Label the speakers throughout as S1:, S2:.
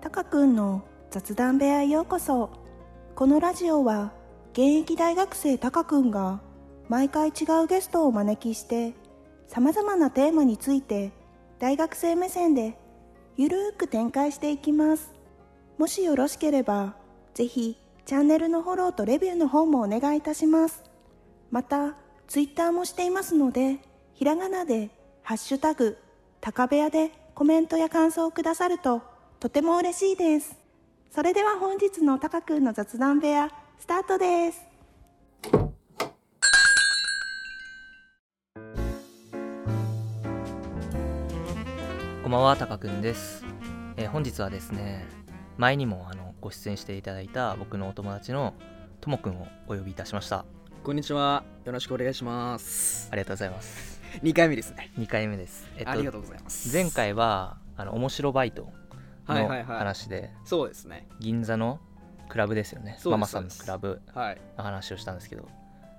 S1: たかくんの雑談部屋へようこそこのラジオは現役大学生たかくんが毎回違うゲストをお招きしてさまざまなテーマについて大学生目線でゆるーく展開していきますもしよろしければぜひチャンネルのフォローとレビューの方もお願いいたしますまたツイッターもしていますのでひらがなで「ハッシュタグ高部屋」でコメントや感想をくださるととても嬉しいですそれでは本日のたかくんの雑談部屋スタートです
S2: こんばんは、たかくんです。えー本日はですね、前にもあのご出演していただいた僕のお友達のともくんをお呼びいたしました。
S3: こんにちは。よろしくお願いします。
S2: ありがとうございます。
S3: 2回目ですね。
S2: 2回目です。えっ
S3: ありがとうございます。
S2: 前回は、あの、面白バイト
S3: はい
S2: の
S3: はいはい
S2: 話で、
S3: そうですね。
S2: 銀座のクラブですよね、
S3: そうです
S2: ママさんの
S3: そうです
S2: クラブ
S3: はい。
S2: の話をしたんですけど、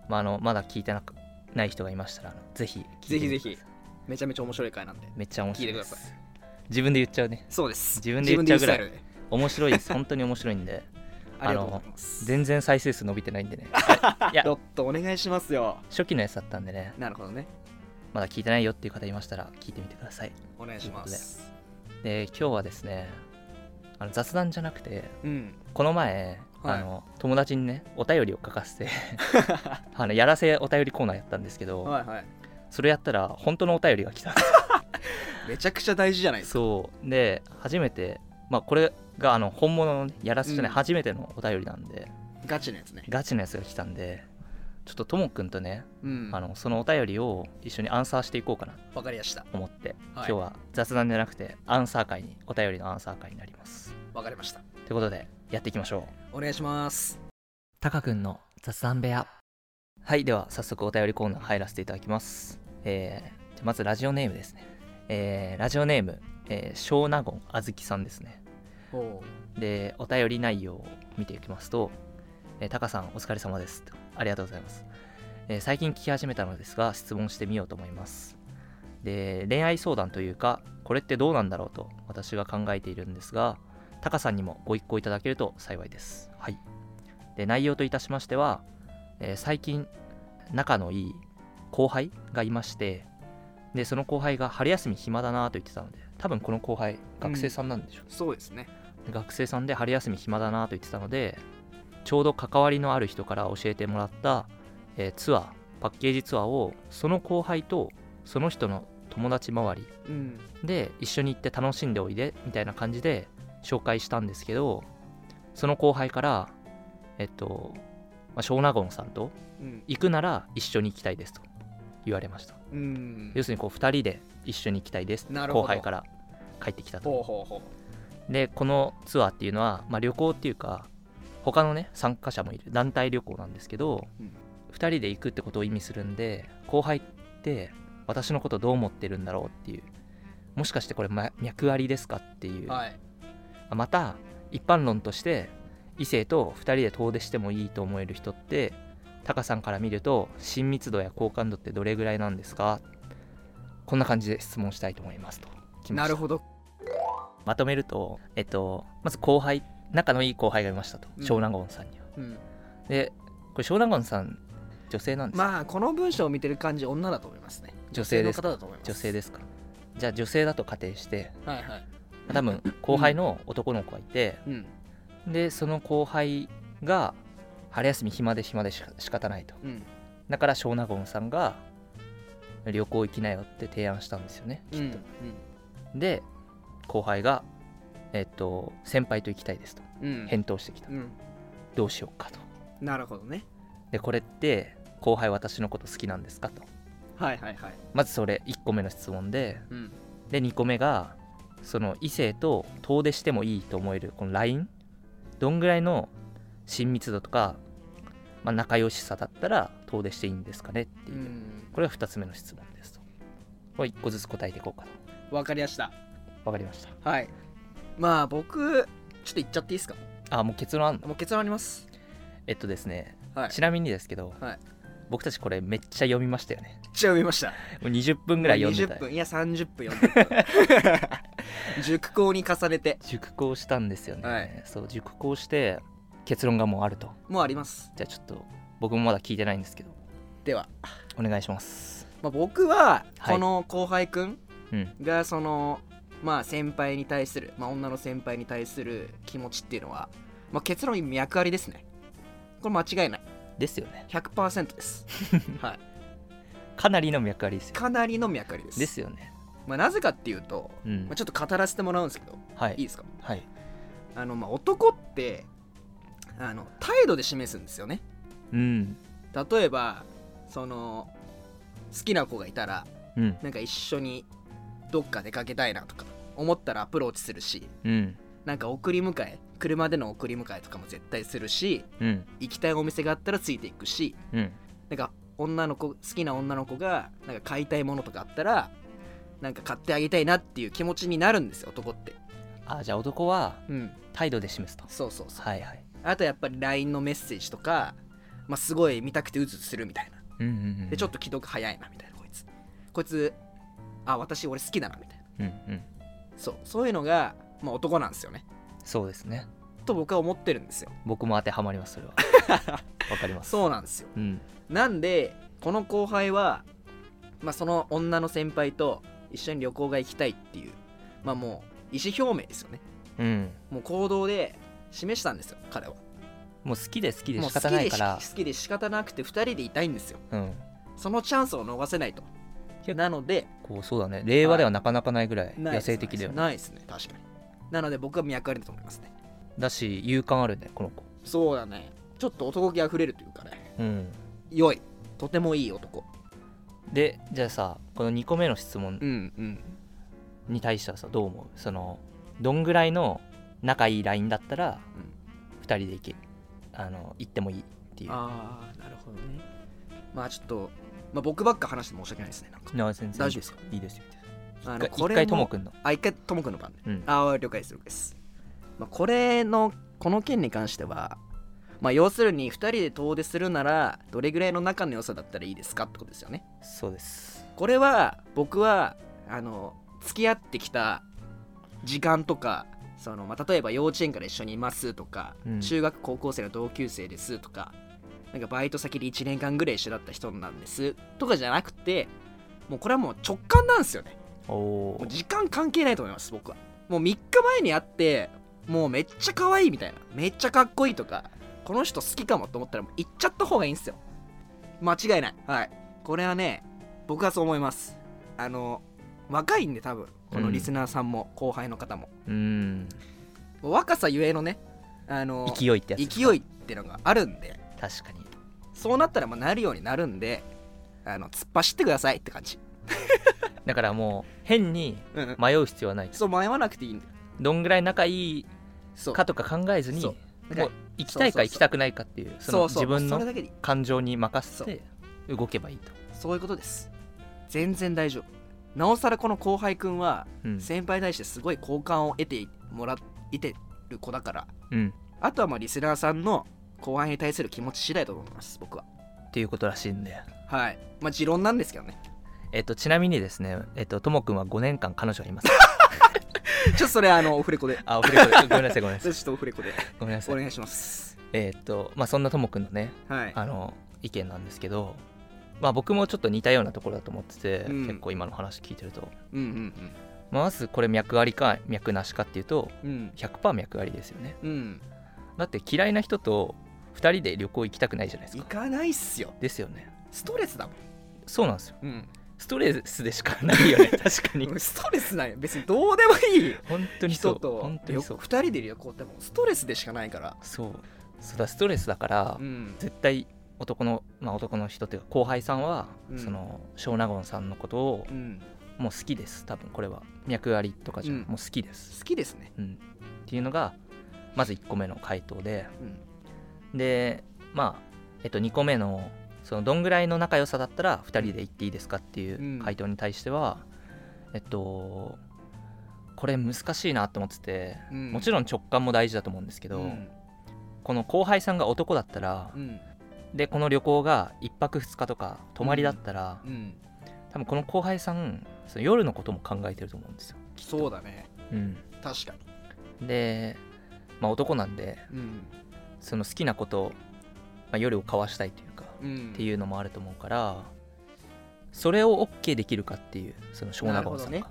S2: まあ、あのまだ聞いてなくない人がいましたら、あのぜひ聞
S3: ぜ
S2: いて
S3: ひ
S2: みてく
S3: ぜ
S2: ださい
S3: ひ。めちゃめちゃ面白い回なんで。
S2: めっちゃ面白いで
S3: 聞いてくだ
S2: す。自分で言っちゃうね。
S3: そうです。
S2: 自分で言っちゃうぐらい
S3: 自分で
S2: 面白いです。本当に面白いんで。
S3: 言うスタイルでありがとうございます。
S2: 全然再生数伸びてないんでねいや
S3: ちょっとお願いしますよ。
S2: 初期のやつだったんでね
S3: なるほどね。
S2: まだ聞いてないよっていう方いましたら聞いてみてください
S3: お願いします。
S2: で今日はですねあの雑談じゃなくて
S3: うん。
S2: この前、
S3: はい
S2: あの友達にねお便りを書かせ てあのやらせお便りコーナーやったんですけど、
S3: はいはい。
S2: それやったら本当のお便りが来たん で
S3: めちゃくちゃ大事じゃないですすか。
S2: そうで初めてまあこれがあの本物のねやらせじゃない、
S3: うん
S2: 初めてのお便りなんで
S3: ガチのやつね。
S2: ガチのやつが来たんでちょっとともくんとね、
S3: うん。
S2: あのそのお便りを一緒にアンサーしていこうかな
S3: わかりました。
S2: 思って、今
S3: はい
S2: 日は雑談じゃなくてアンサー会にお便りのアンサー会になります
S3: わかりました。
S2: ということでやっていきましょう
S3: お願いします。
S2: タカ君の雑談部屋はいでは早速お便りコーナー入らせていただきますえーじゃあまずラジオネームですねえーラジオネーム、えー、小納言あずきさんですね
S3: おう
S2: でお便り内容を見ていきますと「えータカさんお疲れ様です」とありがとうございます、えー最近聞き始めたのですが質問してみようと思いますで恋愛相談というかこれってどうなんだろうと私が考えているんですがタカさんにもご一考いただけると幸いですはいで内容といたしましては、えー最近仲のいい後輩がいましてでその後輩が春休み暇だなと言ってたので多分この後輩学生さんなんでしょうね
S3: そうですね。
S2: 学生さんで春休み暇だなと言ってたのでちょうど関わりのある人から教えてもらった、えーツアーパッケージツアーをその後輩とその人の友達周り
S3: うん。
S2: で一緒に行って楽しんでおいでみたいな感じで紹介したんですけどその後輩からえっと、まあ、小納言さんと
S3: うん。
S2: 行くなら一緒に行きたいですと言われました
S3: うん。
S2: 要するにこう2人で一緒に行きたいです
S3: なるほ
S2: 後
S3: ど
S2: 輩から帰ってきたと
S3: ほうほうほ
S2: でこのツアーっていうのは、まあ、旅行っていうか他のね参加者もいる団体旅行なんですけど、
S3: うん。
S2: 2人で行くってことを意味するんで後輩って私のことどう思ってるんだろうっていうもしかしてこれ、ま、脈ありですかっていうう、
S3: はい。
S2: また一般論として異性と2人で遠出してもいいと思える人ってタカさんから見ると親密度や好感度ってどれぐらいなんですかこんな感じで質問したいと思いますと来ま
S3: な
S2: した
S3: るほど。
S2: まとめると、えっと、まず後輩仲のいい後輩がいましたと
S3: うん
S2: 湘南ゴンさんには、
S3: うん。
S2: でこれ湘南ゴンさん女性なんですか、
S3: まあこの文章を見てる感じ女だと思いますね
S2: 女性です
S3: の方だと思います
S2: 女性ですかじゃあ女性だと仮定して
S3: はいはい
S2: まあ多分後輩の男の子がいて、
S3: うん
S2: でその後輩が春休み暇で暇でしか仕方ないと
S3: うん
S2: だから湘南ゴンさんが旅行行きなよって提案したんですよね
S3: うん
S2: で後輩がえっと先輩と行きたいですと
S3: うん
S2: 返答してきた、
S3: うん
S2: どうしようかと
S3: なるほどね
S2: でこれって後輩私のこと好きなんですかと
S3: はいはいはい
S2: まずそれ1個目の質問で
S3: うん
S2: で2個目がその異性と遠出してもいいと思えるこの LINE どんぐらいの親密度とか、まあ、仲良しさだったら遠出していいんですかねって
S3: う
S2: いう、
S3: ん
S2: これが2つ目の質問ですとこれ1個ずつ答えていこうかな
S3: わかりました
S2: わかりました
S3: はいまあ僕ちょっと言っちゃっていいですか
S2: あもう結論あんの
S3: もう結論あります
S2: えっとですね
S3: はい
S2: ちなみにですけど、
S3: はい
S2: 僕たちこれめっちゃ読みましたよね
S3: じゃあ読みました
S2: もう20分ぐらい読んでた
S3: 20分いや30分読んで熟考に重ねて
S2: 熟考したんですよね、
S3: はい
S2: そう熟考して結論がもうあると
S3: もうあります
S2: じゃあちょっと僕もまだ聞いてないんですけど
S3: では、
S2: お願いします
S3: まあ、僕は
S2: はい
S3: この後輩くん
S2: うん
S3: がそのまあ先輩に対する、まあ、女の先輩に対する気持ちっていうのは、まあ、結論に脈ありですねこれ間違いない
S2: ですよね
S3: 100%ですはい
S2: かなりの脈ありですよ
S3: かなりの脈ありです
S2: ですよね
S3: まあ、なぜかっていうと、
S2: うん
S3: まあ、ちょっと語らせてもらうんですけど
S2: はい
S3: いですか
S2: はい
S3: あの、まあ、男ってあの態度で示すんですよね
S2: うん
S3: 例えばその好きな子がいたら
S2: うん
S3: なんか一緒にどっか出かけたいなとか思ったらアプローチするし
S2: うん
S3: なんか送り迎え車での送り迎えとかも絶対するし
S2: うん
S3: 行きたいお店があったらついていくし
S2: うん
S3: なんか女の子好きな女の子がなんか買いたいものとかあったらなんか買ってあげたいなっていう気持ちになるんですよ男って
S2: あじゃあ男は
S3: うん
S2: 態度で示すと
S3: そうそうそう
S2: はいはい
S3: あとやっぱり LINE のメッセージとか、まあ、すごい見たくてうずうずするみたいな
S2: うんうんうん
S3: でちょっと既読早いなみたいなこいつこいつあ私俺好きだなみたいな
S2: うんうん
S3: そうそういうのが、まあ、男なんですよね
S2: そうですね
S3: と僕は思ってるんですよ
S2: 僕も当てはまりますそれ はわかります
S3: そうなんですよ
S2: うん
S3: なんでこの後輩は、まあ、その女の先輩と一緒に旅行が行きたいっていうまあもう意思表明ですよね
S2: うん
S3: もう行動で示したんですよ彼は
S2: もう好きで好きで
S3: も
S2: 仕
S3: う好
S2: 方
S3: き
S2: ない
S3: で
S2: から
S3: 好きで仕方なくて2人でいたいんですよ
S2: うん
S3: そのチャンスを逃せないと
S2: いや
S3: なので
S2: こうそうだね令和ではなかなかないぐらい
S3: ない
S2: 野
S3: です
S2: 生的だよね
S3: ないですね確かになので僕は脈ありだと思いますね
S2: だし勇敢あるねこの子
S3: そうだねちょっと男気あふれるというかね
S2: うん
S3: 良いとてもいい男
S2: でじゃあさこの2個目の質問
S3: うんうん
S2: に対してはさどう思うそのどんぐらいの仲いいラインだったら
S3: うん
S2: 2人で行けあの行ってもいいっていう
S3: ああなるほどねまあちょっと、まあ、僕ばっか話して申し訳ないですねなんか
S2: いや全然
S3: 大丈夫ですか
S2: いいですよ
S3: あ
S2: 一回一
S3: も
S2: 回ともくんの
S3: あ一回ともくんの番ね
S2: うん
S3: ああ了解です了解です、まあ、これのこの件に関してはまあ要するに2人で遠出するならどれぐらいの仲の良さだったらいいですかってことですよね
S2: そうです
S3: これは僕はあの付き合ってきた時間とかその、まあ、例えば幼稚園から一緒にいますとか、
S2: うん
S3: 中学高校生の同級生ですとかなんかバイト先で1年間ぐらい一緒だった人なんですとかじゃなくてもうこれはもう直感なんですよね
S2: お
S3: も
S2: お
S3: う時間関係ないと思います僕はもう3日前に会ってもうめっちゃ可愛いみたいなめっちゃかっこいいとかこの人好きかもと思ったらもう行っちゃった方がいいんですよ間違いないはいこれはね僕はそう思いますあの若いんで多分このリスナーさんも、後輩の方も
S2: うん
S3: もう若さゆえのねあの
S2: 勢いってやつ
S3: 勢いってのがあるんで
S2: 確かに
S3: そうなったらまあなるようになるんであの突っ走ってくださいって感じ、
S2: だからもう変に
S3: うんうん、
S2: 迷う必要はない
S3: そう迷わなくていいんだよ
S2: どんぐらい仲いい
S3: そう
S2: かとか考えずに
S3: そ
S2: も
S3: う
S2: う
S3: なんか
S2: 行きたい
S3: そうそうそ
S2: か
S3: う
S2: 行きたくないかっていうそ
S3: そ
S2: の
S3: うそう
S2: 自分
S3: それ
S2: の
S3: だけでいい
S2: 感情に任せて動けばいいと、
S3: そういうことです全然大丈夫なおさらこの後輩くんは
S2: うん
S3: 先輩に対してすごい好感を得てもらいてる子だから
S2: うん、
S3: あとはまあリスナーさんの後輩に対する気持ち次第だと思います僕は
S2: っていうことらしいんで、
S3: はいまあ持論なんですけどね
S2: えっと、ちなみにですね、えっと、ともくんは5年間彼女がいます
S3: ちょっとそれあのオフレコで
S2: あおふれこごめんなさいごめんな
S3: そ
S2: さい
S3: れちょっとオフレコで
S2: ごめんな
S3: お
S2: さい
S3: 願いします
S2: えっとまあそんなともくんのね
S3: はい
S2: あの意見なんですけどまあ僕もちょっと似たようなところだと思ってて、
S3: うん
S2: 結構今の話聞いてると、
S3: うん
S2: まあまずこれ脈ありか脈なしかっていうと
S3: うんうん
S2: 100%脈ありですよね
S3: うんうん
S2: だって嫌いな人と2人で旅行行きたくないじゃないです
S3: 行
S2: か
S3: かないっすよ
S2: ですよね
S3: ストレスだもん
S2: そうなんですよ
S3: うん
S2: ストレスでしかないよね確かに
S3: ストレスなんや別にどうでもいい
S2: 本当にそ
S3: 人
S2: う
S3: と
S2: 本当にそう
S3: 2人で旅行ってもうストレスでしかないから
S2: そうそうだストレスだから、
S3: うん
S2: 絶対男のまあ男の人っていうか後輩さんは、
S3: うん
S2: その小納言さんのことを
S3: うん
S2: もう好きです多分これは脈ありとかじゃ、
S3: うん
S2: もう好きです、
S3: 好きですね
S2: うん、っていうのがまず1個目の回答で
S3: うん
S2: でまあえっと2個目のそのどんぐらいの仲良さだったら2人で行っていいですかっていう回答に対しては、えっとこれ難しいなと思ってて、
S3: うん
S2: もちろん直感も大事だと思うんですけど、
S3: うん
S2: この後輩さんが男だったら、
S3: うん
S2: でこの旅行が1泊2日とか泊まりだったら、
S3: うん
S2: 多分この後輩さんその夜のことも考えてると思うんですよ
S3: そうだね
S2: うん、
S3: 確か
S2: で、まあ、男なんで
S3: にうん
S2: その好きなことを、まあ、夜を交わしたいというか
S3: うん
S2: っていうのもあると思うからそれを OK できるかっていうその小長尾さんが、
S3: なる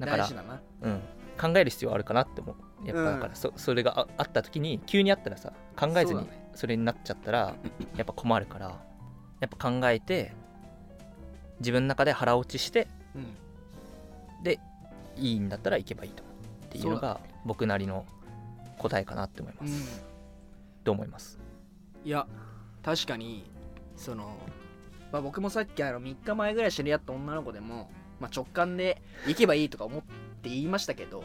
S2: だから
S3: 大事だな
S2: うん、考える必要あるかなって思うやっぱだから、
S3: うん
S2: そそれがああった時に急にあったらさ考えず
S3: そうだ
S2: に
S3: ね
S2: それになっちゃったらやっぱ困るからやっぱ考えて自分の中で腹落ちして
S3: うん
S2: いいんだったら行けばいいと思うっていうのが僕なりの答えかなって思います、
S3: うん
S2: どう思います
S3: いや確かにその、まあ、僕もさっきあの3日前ぐらい知り合った女の子でも、まあ、直感で行けばいいとか思って言いましたけど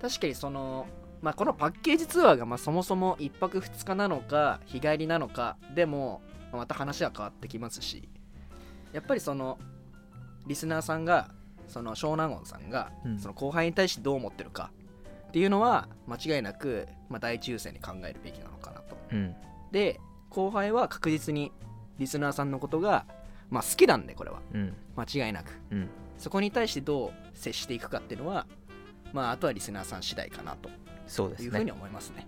S3: 確かにその、まあ、このパッケージツアーがまあそもそも1泊2日なのか日帰りなのかでもまあまた話は変わってきますしやっぱりそのリスナーさんがその湘南音さんが、
S2: うん
S3: その後輩に対してどう思ってるかっていうのは間違いなく、まあ、第一優先に考えるべきなのかなと
S2: うん
S3: で後輩は確実にリスナーさんのことが、まあ、好きなんでこれは
S2: うん
S3: 間違いなく
S2: うん
S3: そこに対してどう接していくかっていうのはまああとはリスナーさん次第かなと
S2: そうです
S3: いうふう
S2: ね
S3: に思いますね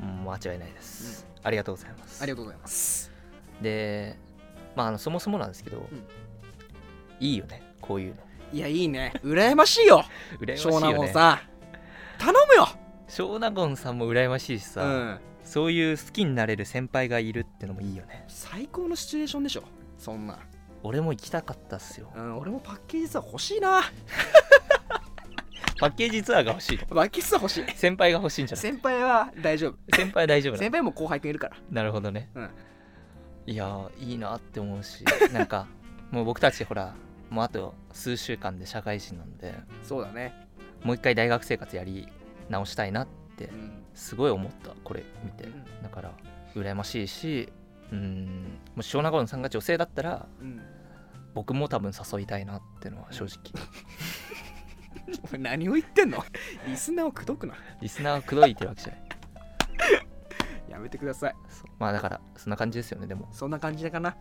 S2: うん間違いないです、ありがとうございます
S3: ありがとうございます
S2: でまああのそもそもなんですけど、
S3: ん
S2: いいよねこういうの
S3: いやいいね羨ましいよ
S2: 羨ましい
S3: 湘
S2: よね
S3: 南もさん頼むよ
S2: 湘南ゴンさんも羨ましいしさ、
S3: うん
S2: そういう好きになれる先輩がいるってのもいいよね
S3: 最高のシチュエーションでしょそんな、
S2: 俺も行きたかったっすよ
S3: うん、俺もパッケージツアー欲しいな
S2: パッケージツアーが欲 しい
S3: パッケージツアー欲しい
S2: 先輩が欲しいんじゃない
S3: 先輩は大丈夫
S2: 先輩大丈夫なの
S3: 先輩も後輩くんいるから
S2: なるほどね、
S3: うん
S2: いやーいいなって思う しなんかもう僕たちほらもうあと数週間で社会人なんで
S3: そうだね
S2: もう一回大学生活やり直したいなって
S3: うん
S2: すごい思ったこれ見て
S3: うん
S2: だから羨ましいしうんもし小長野さんが女性だったら
S3: うん
S2: 僕も多分誘いたいなってのは正直
S3: お前何を言ってんのリスナーを口説くな
S2: リスナーが口説いてるわけじゃない
S3: やめてください
S2: そうまあだからそんな感じですよねでも
S3: そんな感じかな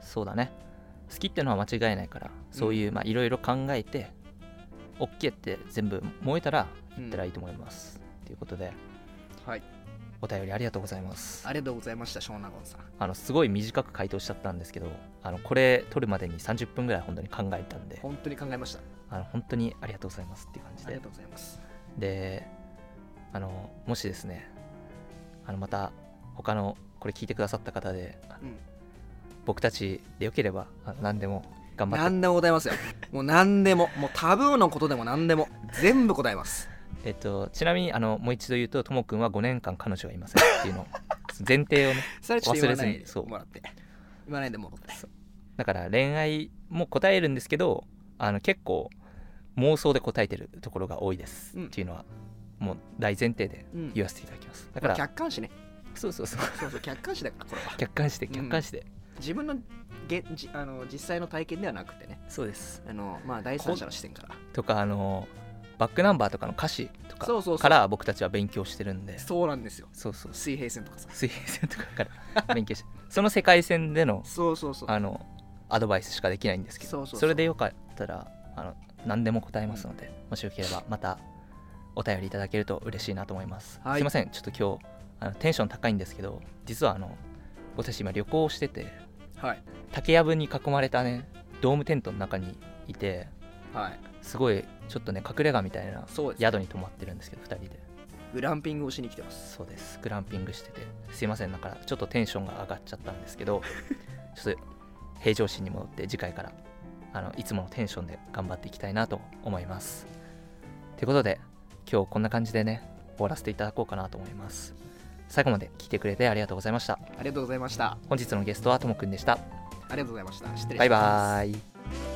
S2: そうだね好きってのは間違いないからそういうまあいろいろ考えて OK って全部燃えたら
S3: うん
S2: いったらいいと思いますということで
S3: はい
S2: お便りありがとうございます
S3: ありがとうございました湘南ゴンさん
S2: あのすごい短く回答しちゃったんですけどあのこれ撮るまでに30分ぐらい本当に考えたんで
S3: 本当に考えました
S2: あの本当にありがとうございますっていう感じ
S3: あり
S2: で
S3: がとうございます
S2: であのもしですねあのまた他のこれ聞いてくださった方で、
S3: うん
S2: 僕たちでよければあの何でも頑張って
S3: 何でも答えますよもう何でももうタブーのことでも何でも全部答えます
S2: えっとちなみにあのもう一度言うとともくんは5年間彼女がいませんっていうの 前提をね
S3: それちょっと言わな
S2: 忘
S3: い
S2: れ
S3: で
S2: ずに
S3: もらって言わないでもらって
S2: だから恋愛も答えるんですけどあの結構妄想で答えてるところが多いです、
S3: うん
S2: っていうのはもう大前提で
S3: うん
S2: 言わせていただきます、だか
S3: まあ
S2: ら
S3: 客観視ね
S2: そうそうそう
S3: そうそう客観視だからこれは
S2: 客観視で
S3: うん
S2: 客観視で、
S3: 自分のげじあの実際の体験ではなくてね
S2: そうです
S3: あのまあ第三者の視点から
S2: とかあのバックナンバーとかの歌詞とか
S3: そうそうそう
S2: から僕たちは勉強してるんで
S3: そうなんですよ
S2: そうそう
S3: 水平線とかさ
S2: 水平線とかから 勉強してその世界線での
S3: そうそうそう
S2: あのアドバイスしかできないんですけど
S3: そうそうそう
S2: れでよかったらあの何でも答えますので、もしよければまたお便りいただけると嬉しいなと思います、
S3: はい
S2: すいませんちょっと今日あのテンション高いんですけど実はあの僕たち今旅行をしてて
S3: はい
S2: 竹やぶに囲まれたねドームテントの中にいて
S3: はい
S2: すごいちょっとね隠れ家みたいな
S3: そうです
S2: 宿に泊まってるんですけど2人で
S3: グランピングをしに来てます
S2: そうですグランピングしててすいませんだからちょっとテンションが上がっちゃったんですけ どちょっと平常心に戻って次回からあのいつものテンションで頑張っていきたいなと思いますということで今日こんな感じでね終わらせていただこうかなと思います最後まで聞いてくれてありがとうございました
S3: ありがとうございました
S2: 本日のゲストはともくんでした
S3: ありがとうございました失礼します
S2: バイバーイ